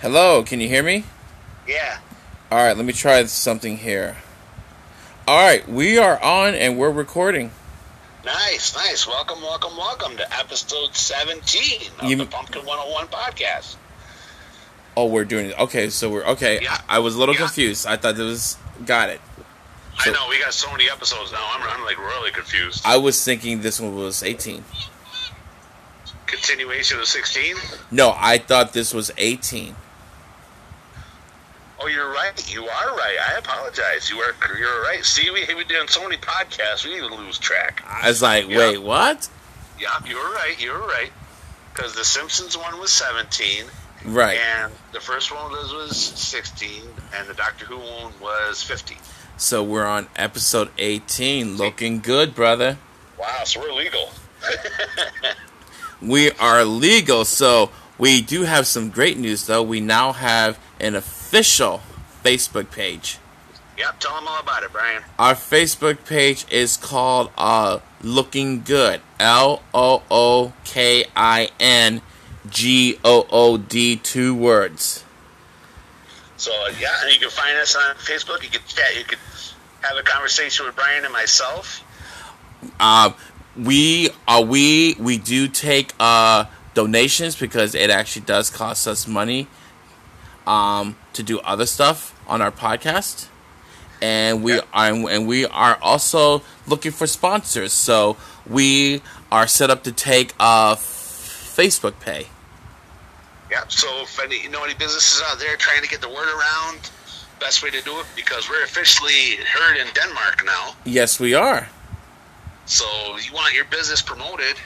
Hello, can you hear me? Yeah. All right, let me try something here. All right, we are on and we're recording. Nice, nice. Welcome, welcome, welcome to episode 17 of You- the Pumpkin 101 podcast. Oh, we're doing it. Okay, so we're okay. Yeah. I, I was a little Yeah. confused. I thought it was got it. I know, we got so many episodes now. I'm, I'm like really confused. I was thinking this one was 18. Continuation of 16? No, I thought this was 18. Oh, you're right. You are right. I apologize. You are you're right. See, we we've done so many podcasts, we even lose track. I was like, Yeah. wait, what? Yeah, you were right. You were right. Because the Simpsons one was 17, Right. and the first one was, was 16, and the Doctor Who one was 50. So we're on episode 18. Looking good, brother. Wow, so we're legal. We are legal. So we do have some great news, though. We now have an official Facebook page. Yep, tell them all about it, Brian. Our Facebook page is called uh Looking Good. L O O K I N G O O D two words. So yeah, and you can find us on Facebook. You can chat. You can have a conversation with Brian and myself. Um we are we we do take uh donations because it actually does cost us money um to do other stuff on our podcast. And we Yeah. are and we are also looking for sponsors. So we are set up to take uh Facebook pay. Yeah. So if any you know any businesses out there trying to get the word around, best way to do it because we're officially heard in Denmark now. Yes, we are. So you want your business promoted.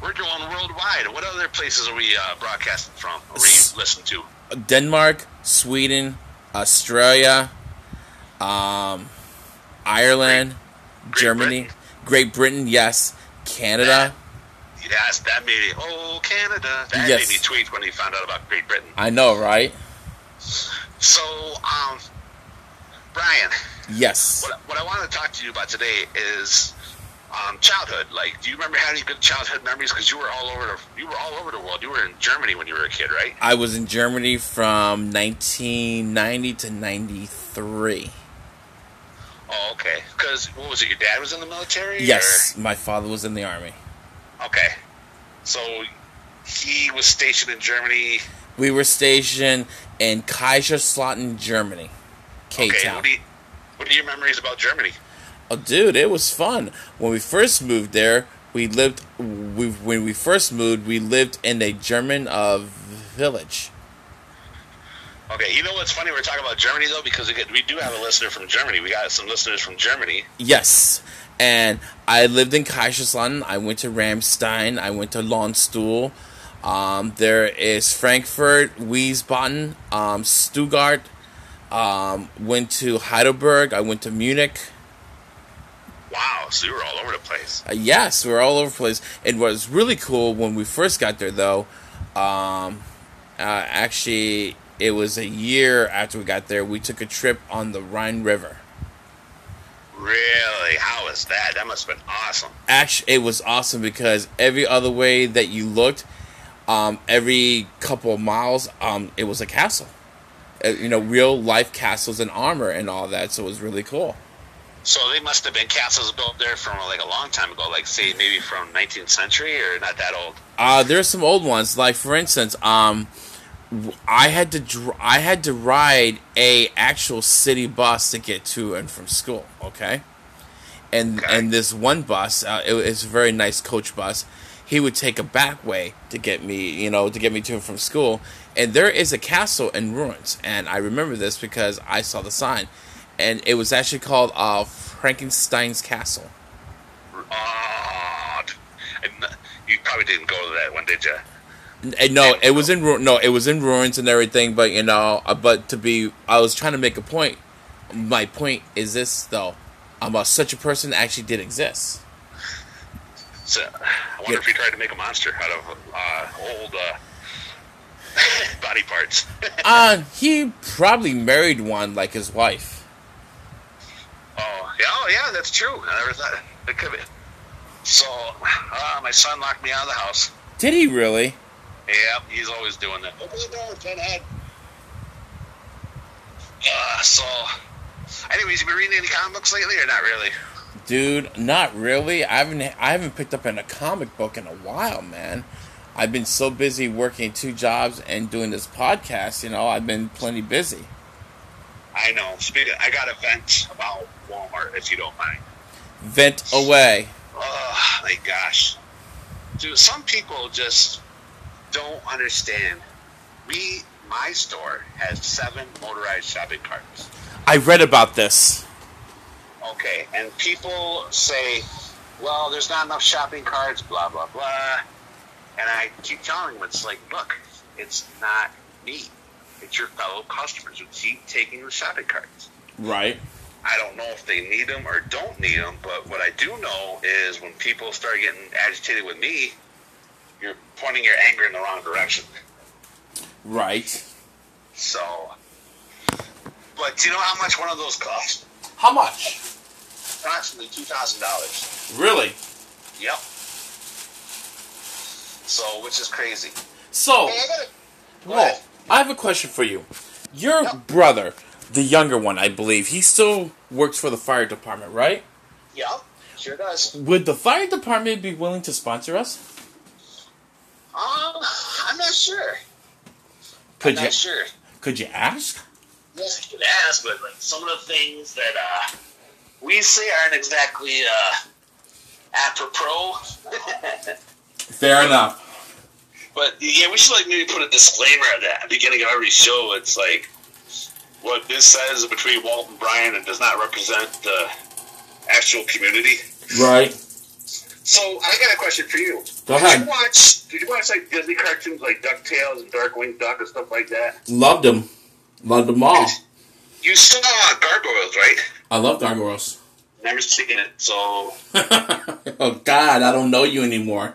We're going worldwide. What other places are we uh, broadcasting from? Or we S- listen to? Denmark, Sweden, Australia, um, Ireland, Great Germany, Britain. Great Britain, yes, Canada. Yes, that made it. Oh, Canada. That Yes. made me tweet when he found out about Great Britain. I know, right? So, um, Brian. Yes. What, what I want to talk to you about today is um, childhood. Like, do you remember having good childhood memories? Because you were all over the you were all over the world. You were in Germany when you were a kid, right? I was in Germany from 1990 to 93. Oh, okay. Because what was it? Your dad was in the military. Yes, my father was in the army. Or? Okay. So he was stationed in Germany. We were stationed in Kaiserslautern, Germany. K Okay. Town. What do you What are your memories about Germany? Oh, dude, it was fun. When we first moved there, we lived. We, when we first moved, we lived in a German uh, village. Okay, you know what's funny? We're talking about Germany though, because we, get, we do have a listener from Germany. We got some listeners from Germany. Yes, and I lived in Kaiserslautern. I went to Ramstein. I went to Landstuhl. Um, there is Frankfurt, Wiesbaden, um, Stuttgart. Um, went to Heidelberg. I went to Munich. Wow, so you were all over the place. Uh, yes, we were all over the place. It was really cool when we first got there, though. Um, uh, actually, it was a year after we got there. We took a trip on the Rhine River. Really? How was that? That must have been awesome. Actually, it was awesome because every other way that you looked, um, every couple of miles, um, it was a castle. Uh, you know, real life castles and armor and all that. So it was really cool. So they must have been castles built there from like a long time ago, like say maybe from 19th century or not that old. Uh, there's some old ones. Like for instance, um, w- I had to dr- I had to ride a actual city bus to get to and from school. Okay, and Okay. and this one bus, uh, it, it's a very nice coach bus. He would take a back way to get me, you know, to get me to and from school. And there is a castle in ruins, and I remember this because I saw the sign, and it was actually called uh, Frankenstein's Castle. Oh, and you probably didn't go to that one, did you? And Eh, no, it was in ru- no, it was in ruins and everything. But you know, uh, but to be, I was trying to make a point. My point is this though, um, uh, such a person actually did exist. So I wonder Yeah. if you tried to make a monster out of uh, old uh, body parts. Uh, he probably married one like his wife. Oh, yeah, oh, yeah, that's true. I never thought it could be. So uh, my son locked me out of the house. Did he really? Yeah, he's always doing that. Open the door, Ted. Uh, so, anyways, you been reading any comic books lately, or not really? Dude, not really. I haven't I haven't picked up in a comic book in a while, man. I've been so busy working two jobs and doing this podcast, you know, I've been plenty busy. I know. Speaking, I got a vent about Walmart, if you don't mind. Vent away. Oh my gosh, dude! Some people just don't understand. We, my store has seven motorized shopping carts. I read about this. Okay, and people say, "Well, there's not enough shopping carts." Blah blah blah. And I keep telling them, "It's like, look, it's not me. It's your fellow customers who keep taking the shopping carts." Right. I don't know if they need them or don't need them, but what I do know is when people start getting agitated with me, you're pointing your anger in the wrong direction. Right. So, but do you know how much one of those costs? How much? Approximately two thousand dollars. Really? Yep. So, which is crazy. So, Hey, I got a- Go Oh. whoa, ahead. I have a question for you. Your brother, the younger one, I believe, he still works for the fire department, right? Yep. Sure does. Um, Would the fire department be willing to sponsor us? I'm not sure. I'm Could not you sure. could you ask? Yes, you can ask, but like some of the things that uh, we say aren't exactly uh, apropos. Fair enough. but yeah, we should like maybe put a disclaimer at the beginning of every show. It's like what this says between Walt and Brian and does not represent the actual community. Right. So I got a question for you. Go Did ahead. you watch? Did you watch like Disney cartoons like Ducktales and Darkwing Duck and stuff like that? Loved him. Loved them all. You saw Gargoyles, right? I love gargoyles. Never seen it, so oh God, I don't know you anymore.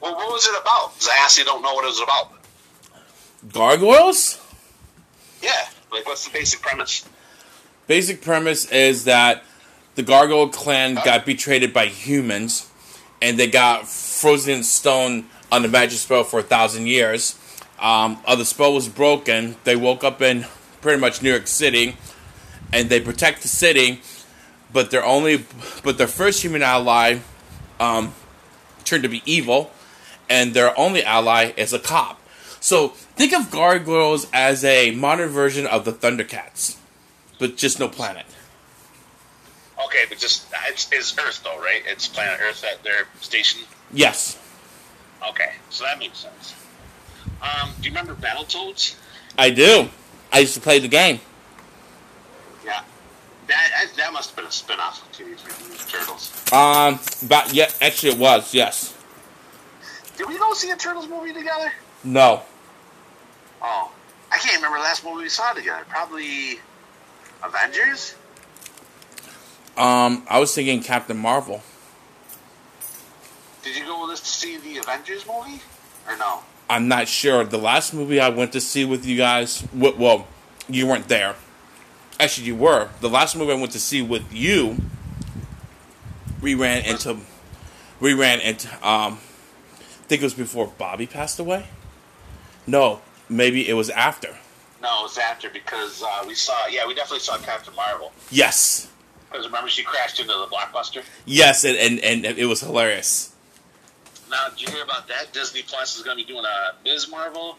Well, what was it about? 'Cause I actually don't know what it was about. Gargoyles? Yeah, like what's the basic premise? Basic premise is that the Gargoyle clan got betrayed by humans, and they got frozen in stone on the magic spell for a thousand years. Um, uh, the spell was broken. They woke up in pretty much New York City, and they protect the city. But their only, but their first human ally, um, turned to be evil, and their only ally is a cop. So think of gargoyles as a modern version of the Thundercats but just no planet. Okay, but just it's, it's Earth though, right? It's planet Earth at their station. Yes, Okay, so that makes sense. Um, do you remember Battletoads? I do. I used to play the game. Yeah, that that, that must have been a spinoff of Teenage Mutant Ninja Turtles. Um, but yeah, actually, it was yes. Did we go see a Turtles movie together? No, Oh, I can't remember the last movie we saw together. Probably Avengers. um, I was thinking Captain Marvel. Did you go with us to see the Avengers movie or no? I'm not sure. The last movie I went to see with you guys, w- well, you weren't there. Actually, you were. The last movie I went to see with you, we ran into, we ran into. Um, I think it was before Bobby passed away. No, maybe it was after. No, it was after because uh, we saw. Yeah, we definitely saw Captain Marvel. Yes, Because remember, she crashed into the blockbuster. Yes, and, and, and it was hilarious. Now, did you hear about that? Disney Plus is going to be doing a Ms. Marvel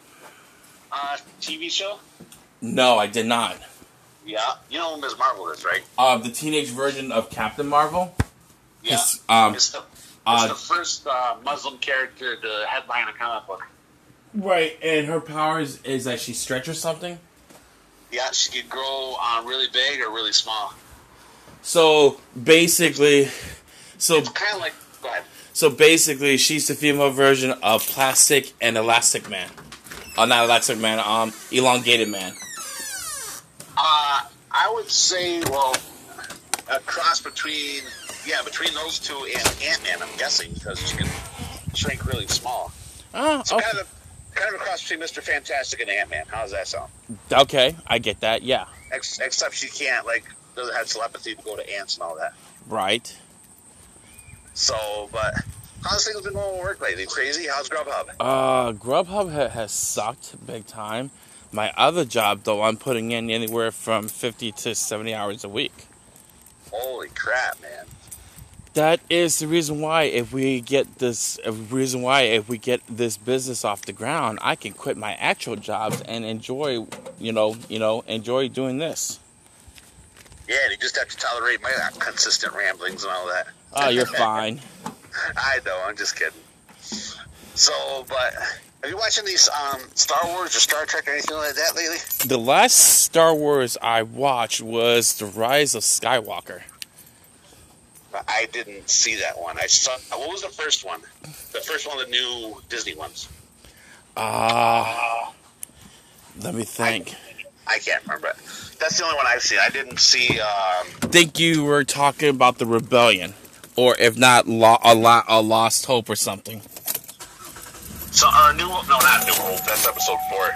uh, TV show. No, I did not. Yeah, you know who Ms. Marvel is, right? Uh, the teenage version of Captain Marvel. Yeah, Yes, um, it's the it's uh, the first uh, Muslim character to headline a comic book. Right, and her powers is that she stretch or something. Yeah, she could grow uh, really big or really small. So basically, so Kind of like. Go ahead. so basically, she's the female version of Plastic and Elastic Man. Uh, not Elastic Man. Um, Elongated Man. Uh, I would say, well, a cross between, yeah, between those two and Ant Man. I'm guessing because she can shrink really small. Oh, So kind of, a, kind of a cross between Mister Fantastic and Ant Man. How does that sound? okay, I get that. Yeah, Ex- except she can't like doesn't have telepathy to go to ants and all that. right. So, but how's things been going at work lately? Crazy? How's Grubhub? Uh, Grubhub ha- has sucked big time. My other job, though, I'm putting in anywhere from 50 to 70 hours a week. Holy crap, man. That is the reason why if we get this a reason why if we get this business off the ground, I can quit my actual jobs and enjoy, you know, you know, enjoy doing this. Yeah, and you just have to tolerate my consistent ramblings and all that. Oh, you're fine. I know, I'm just kidding. So, but are you watching these um, Star Wars or Star Trek or anything like that lately? The last Star Wars I watched was The Rise of Skywalker. I didn't see that one. I saw what was the first one? The first one of the new Disney ones. Ah. let me think. I can't remember. it. That's the only one I've seen. I didn't see. Um, think you were talking about the rebellion or if not lo- a lot a lost hope or something. So, or New Hope? No, not New Hope. That's episode four.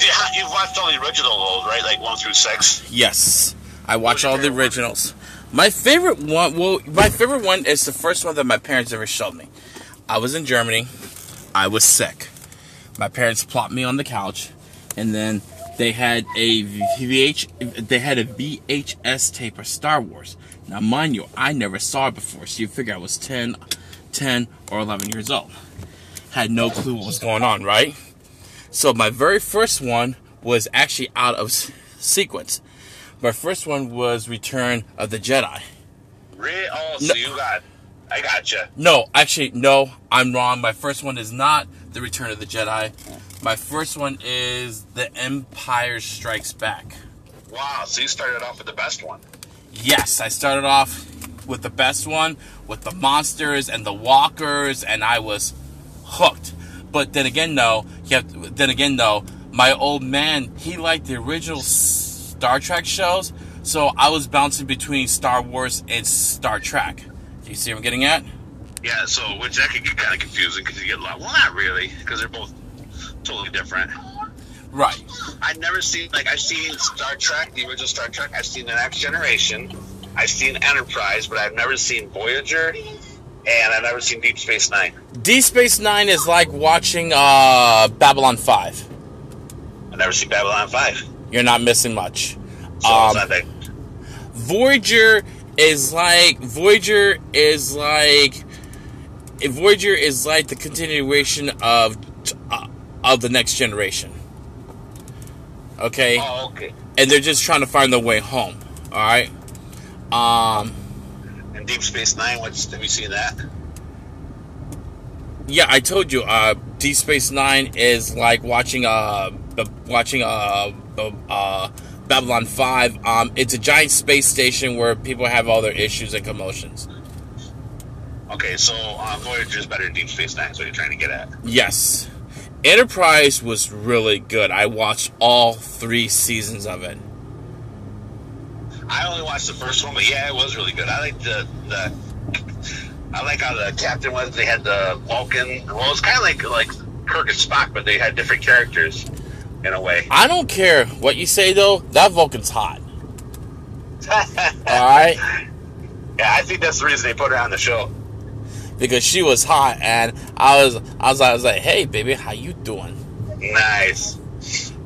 Yeah, You've watched all the original ones, right? Like one through six. Yes, I watch your all the favorite one? originals. My favorite one, well, my favorite one is the first one that my parents ever showed me. I was in Germany. I was sick. My parents plopped me on the couch, and then they had a VH, they had a VHS tape of Star Wars. Now, mind you, I never saw it before, so you figure I was 10, 10 or 11 years old. Had no clue what was going on, right? So my very first one was actually out of s- sequence. My first one was Return of the Jedi. Really? Oh, so No. you got? I gotcha. No, actually, no, I'm wrong. My first one is not The Return of the Jedi. My first one is The Empire Strikes Back. Wow. So you started off with the best one. Yes, I started off with the best one, with the monsters and the walkers, and I was hooked. But then again, no, you have, then again, no, my old man, he liked the original Star Trek shows, so I was bouncing between Star Wars and Star Trek. Do you see what I'm getting at? Yeah. So which that could get kind of confusing because you get a lot. Well, not really, because they're both totally different. Right. I've never seen like I've seen Star Trek, the original Star Trek. I've seen the Next Generation. I've seen Enterprise, but I've never seen Voyager, and I've never seen Deep Space Nine. D Space Nine is like watching uh, Babylon Five. I've never seen Babylon Five. So You're not missing much. it's Um, not that. Voyager is like Voyager is like Voyager is like the continuation of uh, of the Next Generation. Okay, Oh, okay. and they're just trying to find their way home. All right. Um. And Deep Space Nine. What's have you seen that? Yeah, I told you. Uh, D Space Nine is like watching uh, the- watching uh, the, uh, Babylon Five. Um, it's a giant space station where people have all their issues and commotions. Okay, so um, Voyager is better than Deep Space Nine. Is what you're trying to get at? Yes, Enterprise was really good. I watched all three seasons of it. I only watched the first one, but yeah, it was really good. I like the the. I like how the captain was. They had the Vulcan. Well, it's kind of like like Kirk and Spock, but they had different characters in a way. I don't care what you say though. That Vulcan's hot. All right. Yeah, I think that's the reason they put her on the show. because she was hot and I was I was I was like, hey baby, how you doing? Nice.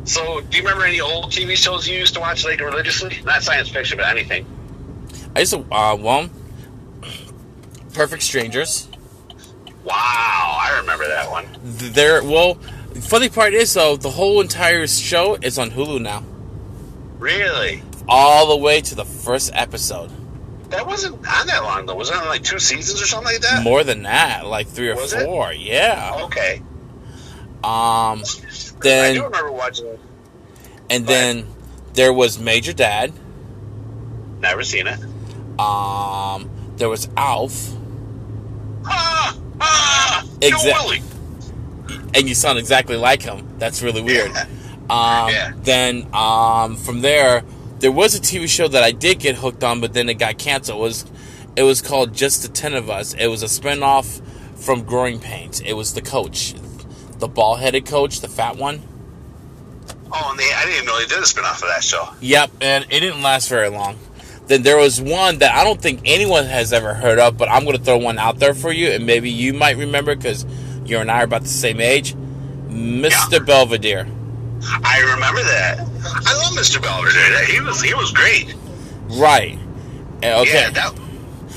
So, do you remember any old TV shows you used to watch like religiously? Not science fiction, but anything. I used to uh, well, Perfect Strangers. Wow, I remember that one. There well, funny part is though the whole entire show is on Hulu now, Really? all the way to the first episode. That wasn't on that long though. Was it on like two seasons or something like that? More than that, like three or Was it? four. Yeah. Okay. Um, I do then remember watching. and then there was Major Dad. Never seen it. Um, there was Alf, Ah, ah, Exact- Joe Willie. and you sound exactly like him. That's really weird. Um, Yeah. Then um, from there, there was a TV show that I did get hooked on, but then it got canceled. It was it was called Just the Ten of Us. It was a spinoff from Growing Pains. It was the coach, the ball-headed coach, the fat one. Oh, and they, I didn't even know they did a spinoff of that show. Yep, and it didn't last very long. Then there was one that I don't think anyone has ever heard of, but I'm going to throw one out there for you, and maybe you might remember because you and I are about the same age. Mr. Belvedere. I remember that. I love Mr. Belvedere. He was he was great. Right. And, okay. Yeah, that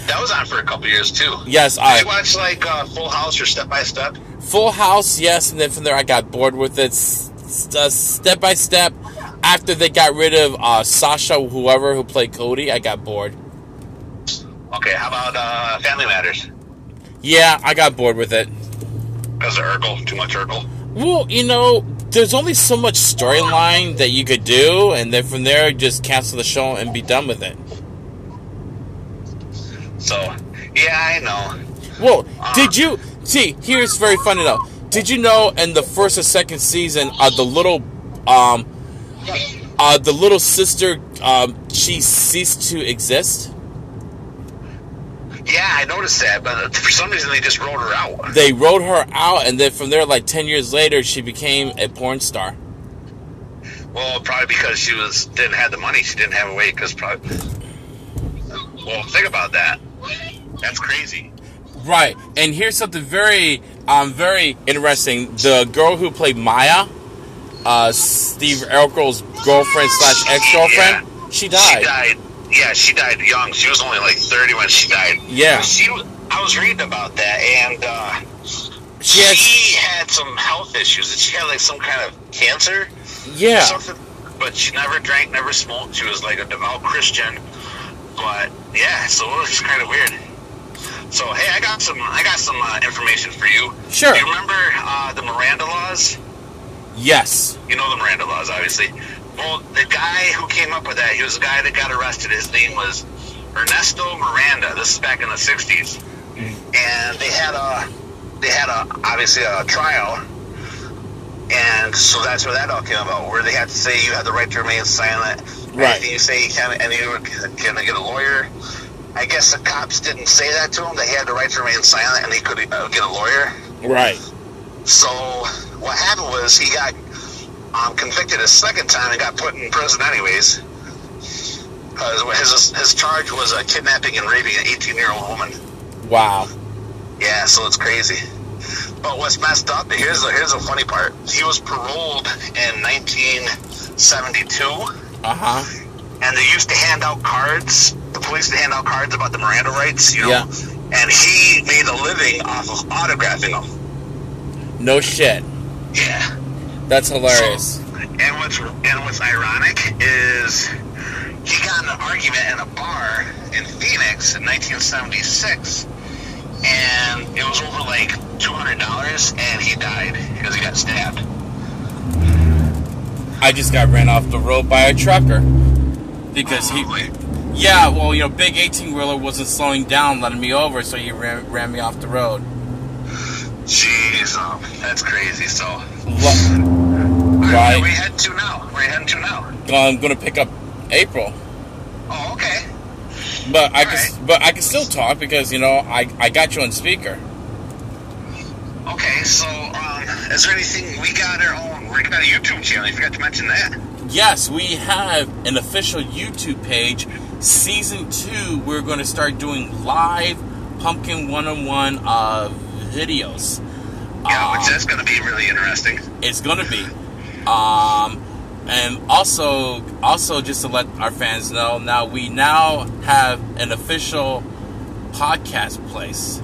that was on for a couple years too. yes, Did I you watch like uh, Full House or Step by Step? Full House. Yes, and then from there I got bored with it. S- s- uh, step by step. After they got rid of uh, Sasha, whoever who played Cody, I got bored. Okay, how about uh, Family Matters? Yeah, I got bored with it. Because of Urkel, too much Urkel. Well, you know, there's only so much storyline that you could do, and then from there, just cancel the show and be done with it. So yeah, I know. Well, did you see? Here's very funny though. Did you know in the first or second season of the little, um, uh, the little sister, um, she ceased to exist. Yeah, I noticed that, but for some reason they just wrote her out. They wrote her out, and then from there, like ten years later, she became a porn star. Well, probably because she was didn't have the money. She didn't have a way. Because probably. Well, think about that. That's crazy. Right, and here's something very, um, very interesting. The girl who played Maya, uh, Steve Urkel's girlfriend slash ex girlfriend, she She died. died. Yeah, she died young. She was only like thirty when she died. Yeah. She. was- I was reading about that, and uh, She had- she had some health issues. She had like some kind of cancer. Yeah, something, but she never drank, never smoked. She was like a devout Christian. But yeah, so it was just kind of weird. So hey, I got some, I got some uh, information for you. Sure. You remember uh, the Miranda laws? yes. You know the Miranda laws, obviously. Well, the guy who came up with that, he was the guy that got arrested. His name was Ernesto Miranda. This is back in the '60s, and they had a, they had a obviously a trial, and so that's where that all came about. Where they had to say you had the right to remain silent. Right. Anything you say, you can, and you were going to get a lawyer. I guess the cops didn't say that to him. They had the right to remain silent, and he could uh, get a lawyer. Right. So what happened was he got um, convicted a second time and got put in prison anyways. 'Cause his his charge was uh, kidnapping and raping an 18 year old woman. Wow. Yeah, so it's crazy. But what's messed up? Here's the here's the funny part. He was paroled in 1972, Uh huh. and they used to hand out cards. The police used to hand out cards about the Miranda rights, you know. Yeah. And he made a living off of autographing them. No shit. Yeah. That's hilarious. And what's and what's ironic is he got in an argument in a bar in Phoenix in 1976, and it was over like two hundred dollars, and he died because he got stabbed. I just got ran off the road by a trucker because he. Yeah, well, you know, big eighteen wheeler wasn't slowing down, letting me over, so he ran, ran me off the road. Jeez, um, that's crazy. So Lo- where Right. we head to now? Where we heading to now? I'm gonna pick up April, Oh, okay. but I can, but I can still talk because you know I I got you on speaker. Okay, so um, is there anything we got our own? We got a YouTube channel. You forgot to mention that. Yes, we have an official YouTube page. Season two, we're going to start doing live pumpkin one-on-one uh, videos. Yeah, Um, which that's going to be really interesting. it's gonna be. Um, and also, also just to let our fans know, now we now have an official podcast place.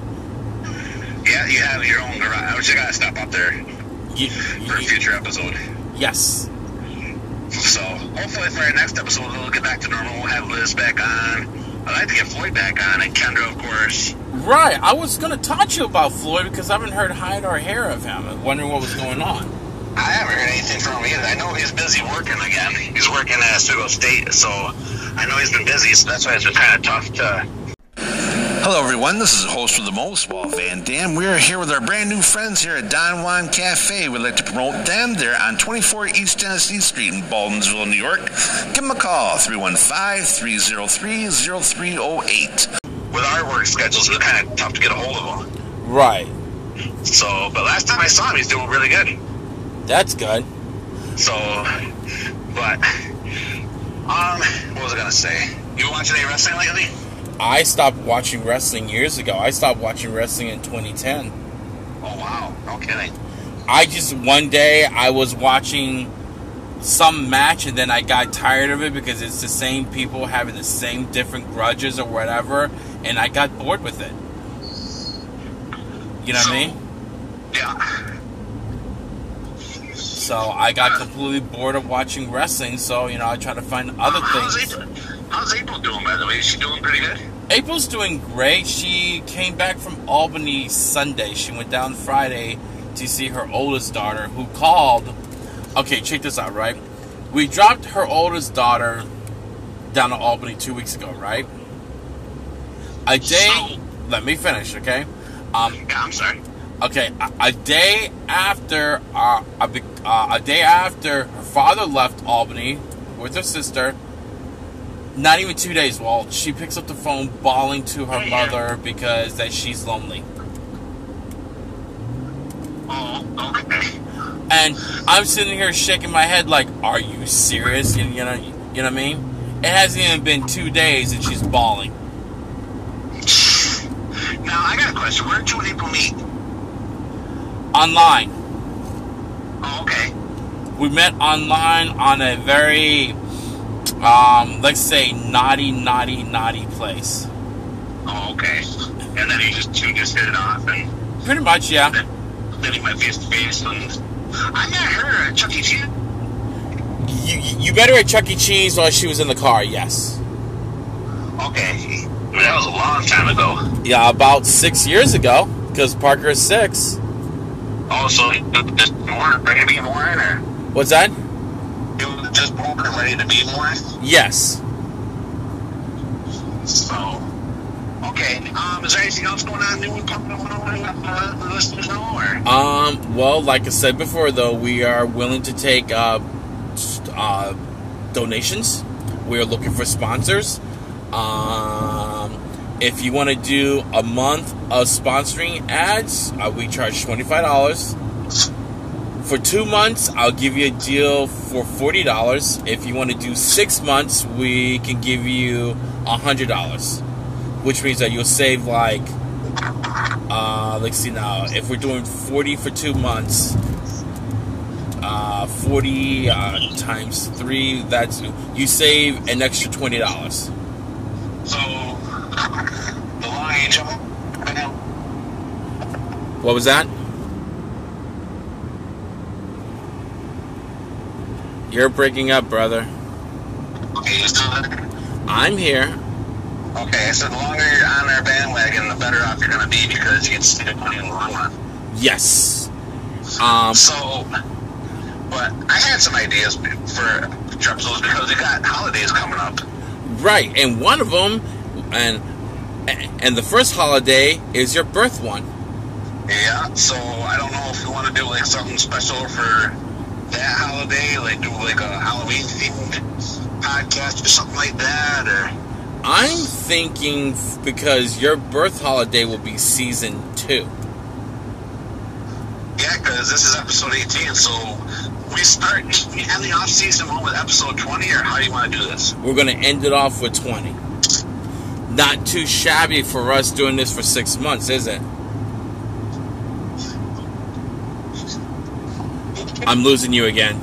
Yeah, you have your own garage. Which you gotta stop up there You, for a you, future episode. yes, So hopefully for our next episode we'll get back to normal. We'll have Liz back on. I'd like to get Floyd back on and Kendra of course. right. I was gonna talk to you about Floyd because I haven't heard hide or hair of him. I'm wondering what was going on. I haven't heard anything from him either. I know he's busy working again. He's working at Studio State, so I know he's been busy, so that's why it's been kinda tough to Hello, everyone. This is the host of the most, Walt Van Dam. We are here with our brand new friends here at Don Juan Cafe. We'd like to promote them. They're on 24 East Tennessee Street in Baldensville, New York. Give them a call, 315-303-0308. with our work schedules it's kinda tough to get a hold of him. Right. So but last time I saw him he's doing really good. That's good. So but um what was I gonna say? You been watching any wrestling lately? I stopped watching wrestling years ago. I stopped watching wrestling in 2010. Oh wow, no kidding. I just one day I was watching some match and then I got tired of it because it's the same people having the same different grudges or whatever, and I got bored with it. You know what I mean? Yeah. So I got completely bored of watching wrestling. So you know, I try to find other How's things. April? How's April doing, by the way? Is she doing pretty good? April's doing great. She came back from Albany Sunday. She went down Friday to see her oldest daughter, who called. Okay, check this out, right? We dropped her oldest daughter down to Albany two weeks ago, right? A day. So- Let me finish, okay? Um, Yeah, I'm sorry. Okay, a, a day after uh, a, be- uh, a day after her father left Albany with her sister, not even two days, Walt, she picks up the phone bawling to her Yeah. mother because that she's lonely. Oh, okay. And I'm sitting here shaking my head like, are you serious? You, you know, you know what I mean? It hasn't even been two days and she's bawling. Now I got a question. Where did you and April meet? Online. Oh, okay. We met online on a very, um, let's say, naughty, naughty, naughty place. Oh, okay. And then he just two just hit it off, and Pretty much, yeah. then, then he went face to face. And I met her at Chuck E. Cheese. You, you met her at Chuck E. Cheese while she was in the car, yes. Okay. That was a long time ago. Yeah, about six years ago, because Parker is six. Also, he was just born ready to be born, or What's that? he was just born and ready to be born. Yes. So, okay. Um, is there anything else going on new with Pumpkin 101 that the listeners know, or? Um, well, like I said before, though, we are willing to take uh, s- uh, donations. We are looking for sponsors. Um, if you want to do a month of sponsoring ads, uh, we charge $25. For two months, I'll give you a deal for forty dollars. If you want to do six months, we can give you hundred dollars, which means that you'll save like, uh, let's see now. If we're doing forty for two months, uh, forty uh, times three, that's you save an extra twenty dollars. So, the lion jump. What was that? You're breaking up, brother. Okay, you still there? I'm here. Okay, so the longer you're on our bandwagon, the better off you're going to be because you can save money in the long run. Yes. Um, So, but I had some ideas for for episodes because we got holidays coming up. Right, and one of them, and and the first holiday is your birth one. Yeah, so I don't know if you want to do like something special for that holiday, like do like a Halloween themed podcast or something like that, or I'm thinking f- because your birth holiday will be season two. yeah, because this is episode 18, so we start we end the off season one with episode 20, or how do you want to do this? We're gonna end it off with twenty. Not too shabby for us doing this for six months, is it? I'm losing you again.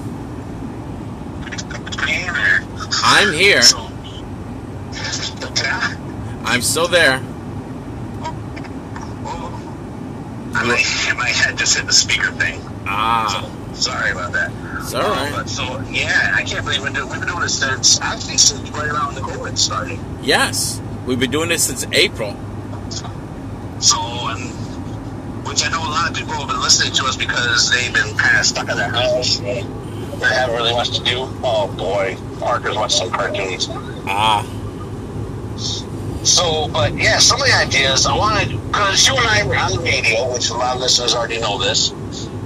I'm here. So, yeah. I'm still there. Oh, my, my head just hit the speaker thing. Ah, Sorry about that. it's all right. But so yeah, I can't believe we've been, we've been doing this since I think since right around the COVID started. Yes, we've been doing this since April. So and which I know a lot of people have been listening to us because they've been kind of stuck in their house. and They haven't really much to do. Oh boy, Parker's watched some cartoons. Ah. So, but yeah, some of the ideas I wanted because you and I were on the radio, which a lot of listeners already know this.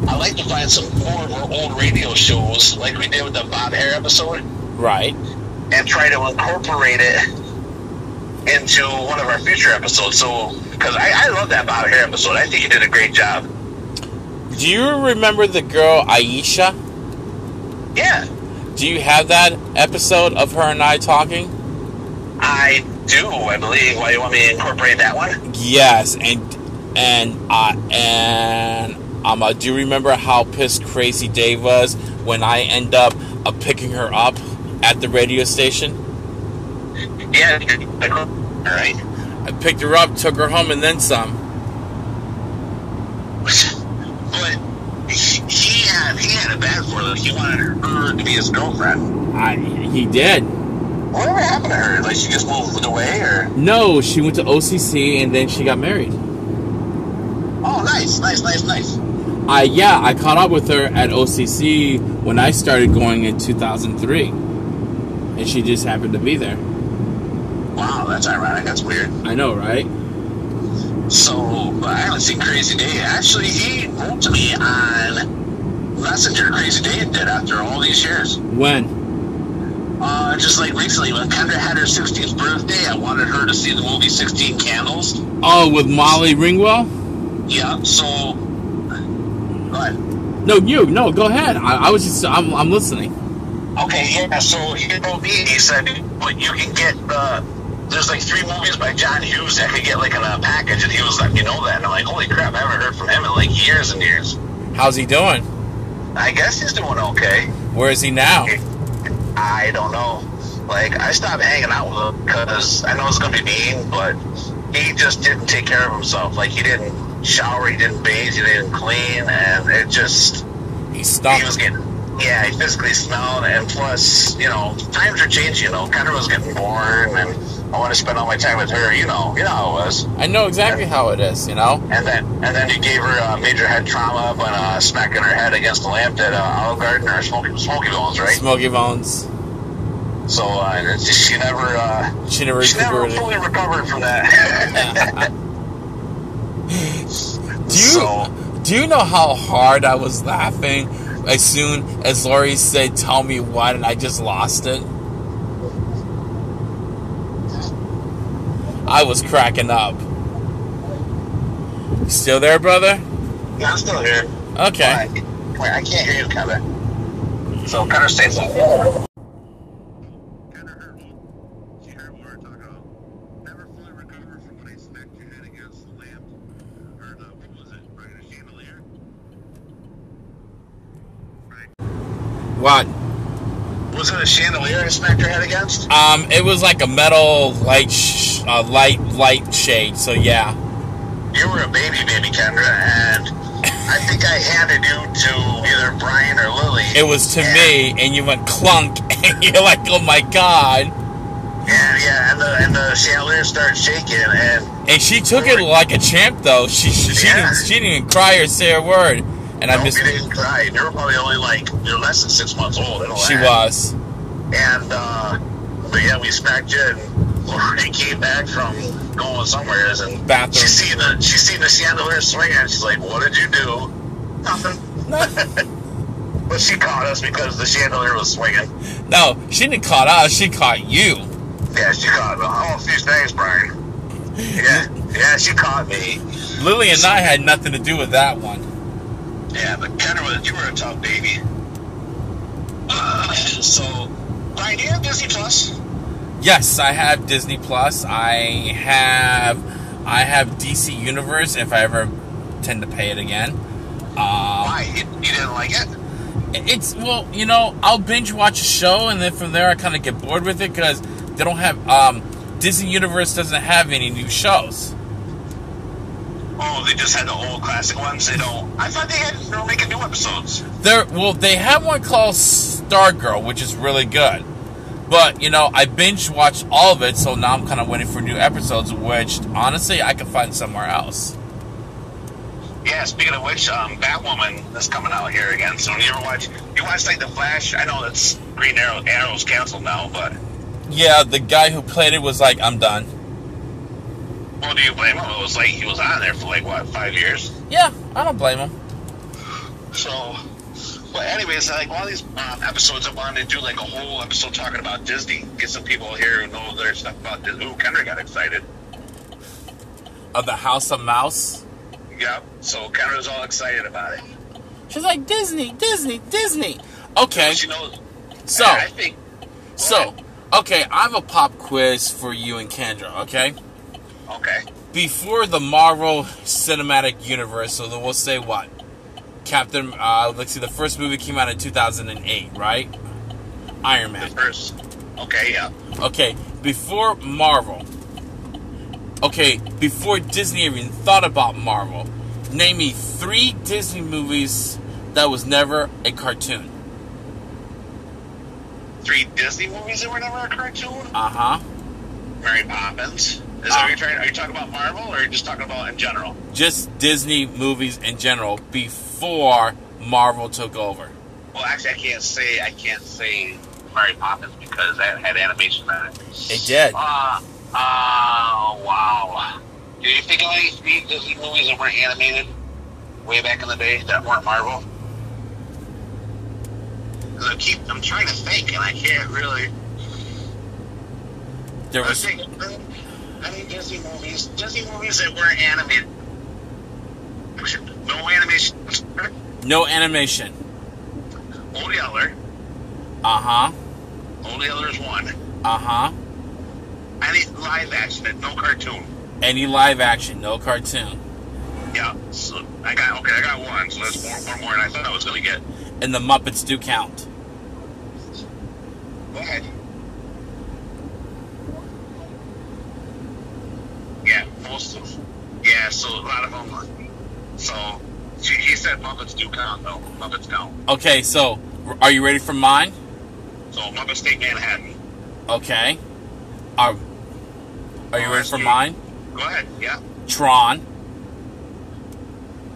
I like to find some former old radio shows, like we did with the Bob Hare episode, Right. and try to incorporate it into one of our future episodes. So, because I, I love that Bob Hare episode, I think you did a great job. Do you remember the girl Aisha? Yeah, Do you have that episode of her and I talking? I do. I believe. Why you want me to incorporate that one? Yes, and and I and um, I do remember how pissed crazy Dave was when I end up of picking her up at the radio station. Yeah, like, all right. I picked her up, took her home, and then some. But he, he had he had a bad for her. He wanted her to be his girlfriend. I, he did. Whatever happened to her? Like she just moved away, or No, she went to OCC and then she got married. oh, nice, nice, nice, nice. I yeah, I caught up with her at OCC when I started going in 2003, and she just happened to be there. Wow, that's ironic. That's weird. I know, right? So but I haven't seen Crazy Day. Actually, he wrote to me on Messenger. Crazy Day did after all these years. When? Uh, just like recently, when Kendra had her 16th birthday, I wanted her to see the movie 16 Candles. Oh, with Molly Ringwell? Yeah, so. But No, you. No, go ahead. I, I was just. I'm. I'm listening. Okay, yeah. So he told me he said, "But you can get uh, there's like three movies by John Hughes that could get like in a package." And he was like, "You know that?" And I'm like, "Holy crap! I haven't heard from him in like years and years." How's he doing? I guess he's doing okay. Where is he now? I don't know. Like I stopped hanging out with him because I know it's gonna be mean, but he just didn't take care of himself. Like he didn't shower, he didn't bathe, he didn't clean, and it just He's he was stuck. getting yeah, he physically smelled, and plus, you know, times are changing. You know, Kendra was getting born, and I want to spend all my time with her. You know, you know how it was. I know exactly how it is. You know. And then, and then he gave her uh, major head trauma by uh, smacking her head against the lamp at uh, Olive Garden or Smoky Smoky Bones, right? Smokey Bones. So uh, she never, uh, She never she never recuperated. fully recovered from that. Do you, do you know how hard I was laughing as soon as Lori said, Tell me what, and I just lost it? I was cracking up. You still there, brother? I'm still here. Okay. Wait, wait, I can't hear you, Kendra. So Kendra stays up. What? Was it a chandelier I smacked her head against? Um, it was like a metal light, sh- uh, light, light shade. So yeah, You were a baby, baby Kendra, and I think I handed you to either Brian or Lily. it was to me, and you went clunk, and you're like, "Oh my god!" And yeah, and the, and the chandelier started shaking, and And she took it like a champ, though. She she, she, Yeah. didn't, she didn't even cry or say a word. And I nope, missed. you didn't cry. You were probably only like you're less than six months old. and all She that. was. And uh, but yeah, we smacked you, and Lori came back from going somewhere, and Bathroom. she seen the she seen the chandelier swing, and she's like, "What did you do?" Nothing. But she caught us because the chandelier was swinging. no, she didn't caught us. She caught you. Yeah, she caught me. Oh, she's thanks, Brian. Yeah, yeah, she caught me. Lily and I had nothing to do with that one. Yeah, but Kendra, was, you were a tough baby. Uh, so, Brian, do you have Disney Plus? Yes, I have Disney Plus. I have I have DC Universe if I ever tend to pay it again. Um, Why? You, you didn't like it? it's well, you know, I'll binge watch a show and then from there I kind of get bored with it because they don't have um, Disney Universe doesn't have any new shows. Oh, they just had the old classic ones. They don't. I thought they had. They're making new episodes. There, well, they have one called Stargirl, which is really good. But you know, I binge watched all of it, so now I'm kind of waiting for new episodes, which honestly I could find somewhere else. Yeah. Speaking of which, um, Batwoman is coming out here again soon. You ever watch? You watch like the Flash? I know that's Green Arrow. Arrow's canceled now, but Yeah, the guy who played it was like, "I'm done." well, do you blame him? It was like he was on there for like what five years. Yeah, I don't blame him. So, but anyways, like one of these um, episodes, I wanted to do like a whole episode talking about Disney. Get some people here who know their stuff about Disney. Ooh, Kendra got excited. Of the House of Mouse, Yep. So Kendra's all excited about it. she's like Disney, Disney, Disney. Okay, She knows. so I think. so okay, I have a pop quiz for you and Kendra. Okay, Okay. before the Marvel Cinematic Universe, so then we'll say what? Captain, uh, let's see, the first movie came out in 2008, right? Iron The Man. first. Okay, yeah. Okay, before Marvel. Okay, before Disney even thought about Marvel, name me three Disney movies that was never a cartoon. Three Disney movies that were never a cartoon. Uh huh. Mary Poppins. Is that what you're trying? Are you talking about Marvel, or are you just talking about in general? Just Disney movies in general before Marvel took over. Well, actually, I can't say I can't say Mary Poppins because that had animation on it. It did. Uh, uh, wow. Do you think of any Steve Disney movies that were animated way back in the day that weren't Marvel? 'Cause I keep, I'm trying to think, and I can't really. There I was think any Disney movies, Disney movies that weren't animated. Oh, No animation. no animation. Old Yeller. Uh huh. Old Yeller is one. Uh huh. Any live action, no cartoon. Any live action, no cartoon. Yeah. So I got okay. I got one. So that's more, one more than I thought I was gonna get. And the Muppets do count. Go ahead. Yeah, most of. Yeah, so a lot of them. Are, so she, he said Muppets do count though. Muppets count. Okay, so are you ready for mine? So Muppets take Manhattan. Okay. Are, are you ready for Alright. mine? Go ahead. Yeah. Tron.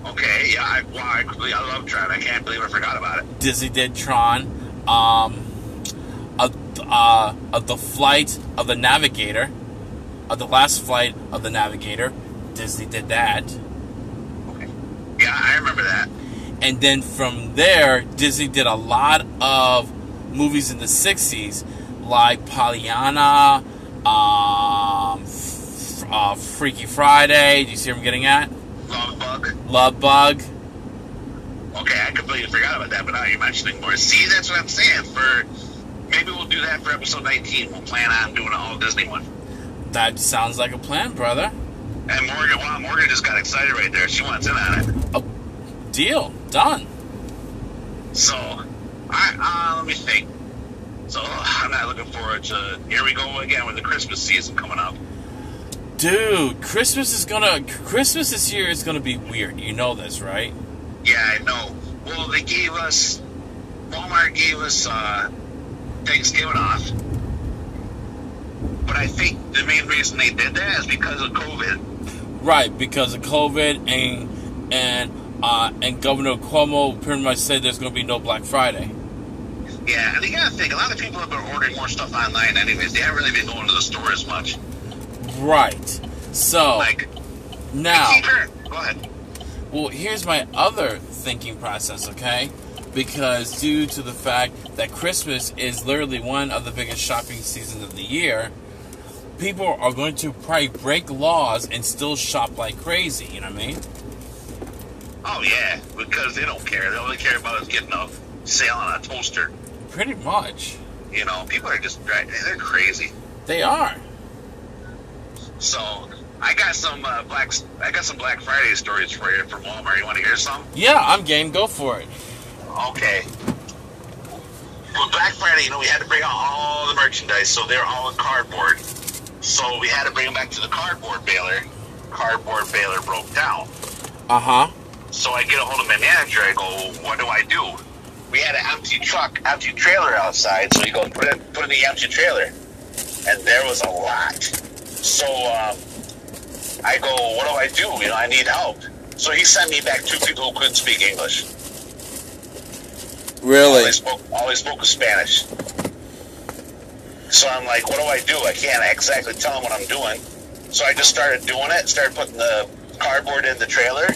Okay. Yeah. I, wow, I, completely- I love Tron. I can't believe I forgot about it. Disney did Tron. Um, of, uh, of the flight of the Navigator, of the last flight of the Navigator, Disney did that. Yeah, I remember that. And then from there, Disney did a lot of movies in the 60s, like Pollyanna, um, f- uh, Freaky Friday. Do you see what I'm getting at? Love Bug. Love Bug. Okay, I completely forgot about that, but now you're mentioning more. See, that's what I'm saying. For maybe we'll do that for episode 19. We'll plan on doing a whole Disney one. That sounds like a plan, brother. And Morgan, wow, Morgan just got excited right there. She wants in on it. Deal. Done. So, I uh, let me think. So I'm not looking forward to. Here we go again with the Christmas season coming up. Dude, Christmas is gonna. Christmas this year is gonna be weird. You know this, right? Yeah, I know. Well, they gave us Walmart gave us uh, Thanksgiving off, but I think the main reason they did that is because of COVID. Right, because of COVID and and uh, and Governor Cuomo pretty much said there's gonna be no Black Friday. Yeah, and you gotta think a lot of people have been ordering more stuff online anyways. They haven't really been going to the store as much. Right. So Like now, Sure, go ahead. well, here's my other thinking process, okay? Because due to the fact that Christmas is literally one of the biggest shopping seasons of the year, people are going to probably break laws and still shop like crazy, you know what I mean? Oh yeah, because they don't care. They only care about is getting a sale on a toaster. Pretty much. You know, people are just right they're crazy. They are. So I got some uh, black I got some Black Friday stories for you from Walmart. You wanna hear some? Yeah, I'm game. Go for it. Okay. Well, Black Friday, you know, we had to bring out all the merchandise, so they're all in cardboard. So we had to bring them back to the cardboard baler. Cardboard baler broke down. Uh huh. So I get a hold of my manager. I go, "What do I do?" We had an empty truck, empty trailer outside. So he goes, "Put it, put it in the empty trailer," and there was a lot. So um, I go, "What do I do? You know, I need help." So he sent me back two people who couldn't speak English. All Really? they spoke, all they spoke was Spanish. So I'm like, what do I do? I can't exactly tell them what I'm doing. So I just started doing it, started putting the cardboard in the trailer.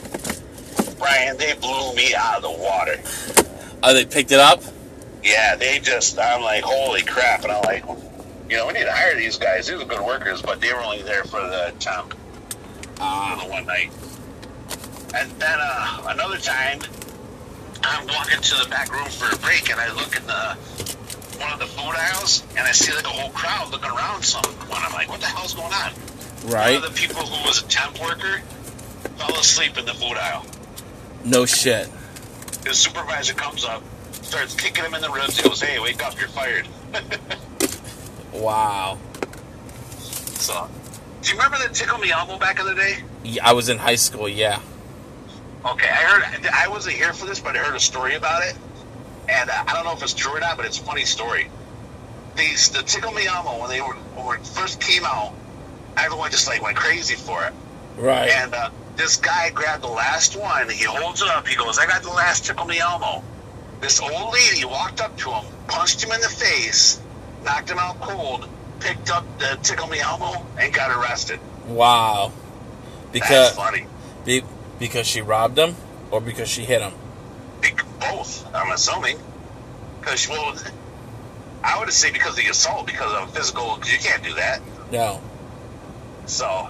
Brian, they blew me out of the water. Oh, they picked it up? Yeah, they just, I'm like, holy crap. And I'm like, you know, we need to hire these guys. These are good workers, but they were only there for the temp for the one night. And then uh, another time, I'm walking to the back room for a break, and I look in the one of the food aisles, and I see like a whole crowd looking around someone. I'm like, what the hell's going on? Right. One of the people who was a temp worker fell asleep in the food aisle No shit. his supervisor comes up, starts kicking him in the ribs. He goes, "Hey, wake up! You're fired." Wow. So, do you remember the tickle me elbow back in the day? Yeah, I was in high school. Yeah. Okay, I heard. I wasn't here for this, but I heard a story about it, and uh, I don't know if it's true or not, but it's a funny story. These the Tickle Me Elmo when they were when it first came out, everyone just like went crazy for it. Right. And uh, this guy grabbed the last one. He holds it up. He goes, "I got the last Tickle Me Elmo." This old lady walked up to him, punched him in the face, knocked him out cold, picked up the Tickle Me Elmo, and got arrested. wow. That's Because funny. be, because she robbed him or because she hit him. Bec- both, I'm assuming. Because, well, I would say because of the assault, because of physical, 'cause you can't do that. No. So, all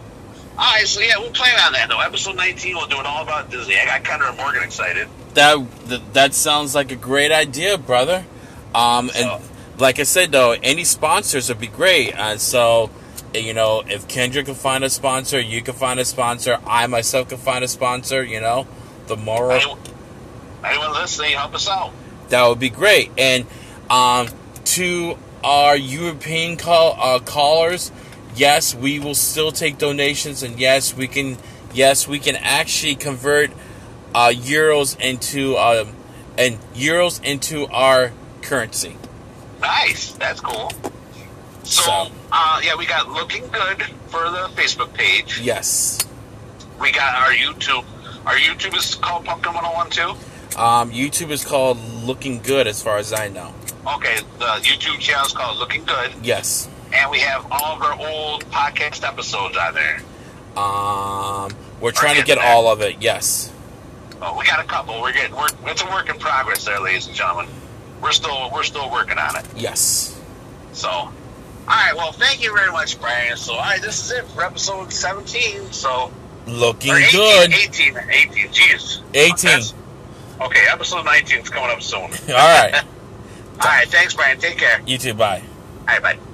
right, so yeah, we'll plan on that, though. Episode 19, we'll do it all about Disney. I got Kendra and Morgan excited. That th- that sounds like a great idea, brother. Um, and So- like I said though, any sponsors would be great. And so, eh, you know, if Kendra can find a sponsor, you can find a sponsor. I myself can find a sponsor. You know, the moral Anyone, anyone listening, help us out. that would be great. And um, to our European call, uh, callers, yes, we will still take donations, and yes, we can, yes, we can actually convert uh, euros into um, and euros into our currency. Nice. That's cool. So, So- uh, yeah, we got Looking Good for the Facebook page. Yes, We got our YouTube. Our YouTube is called Pumpkin 101 too. um, YouTube is called Looking Good, as far as I know. Okay, the YouTube channel is called Looking Good. Yes, and we have all of our old podcast episodes on there. um, we're trying to getting get there. all of it. Yes, Oh, we got a couple. We're getting we're, it's a work in progress there, ladies and gentlemen. We're still we're still working on it. yes. So, all right. Well, thank you very much, Brian. So, all right, this is it for episode seventeen. So, Looking or 18, good. 18, 18, Jeez, 18. That's- Okay, episode nineteen is coming up soon. all All right. right, thanks, Brian. Take care. You too. Bye. All right, bye.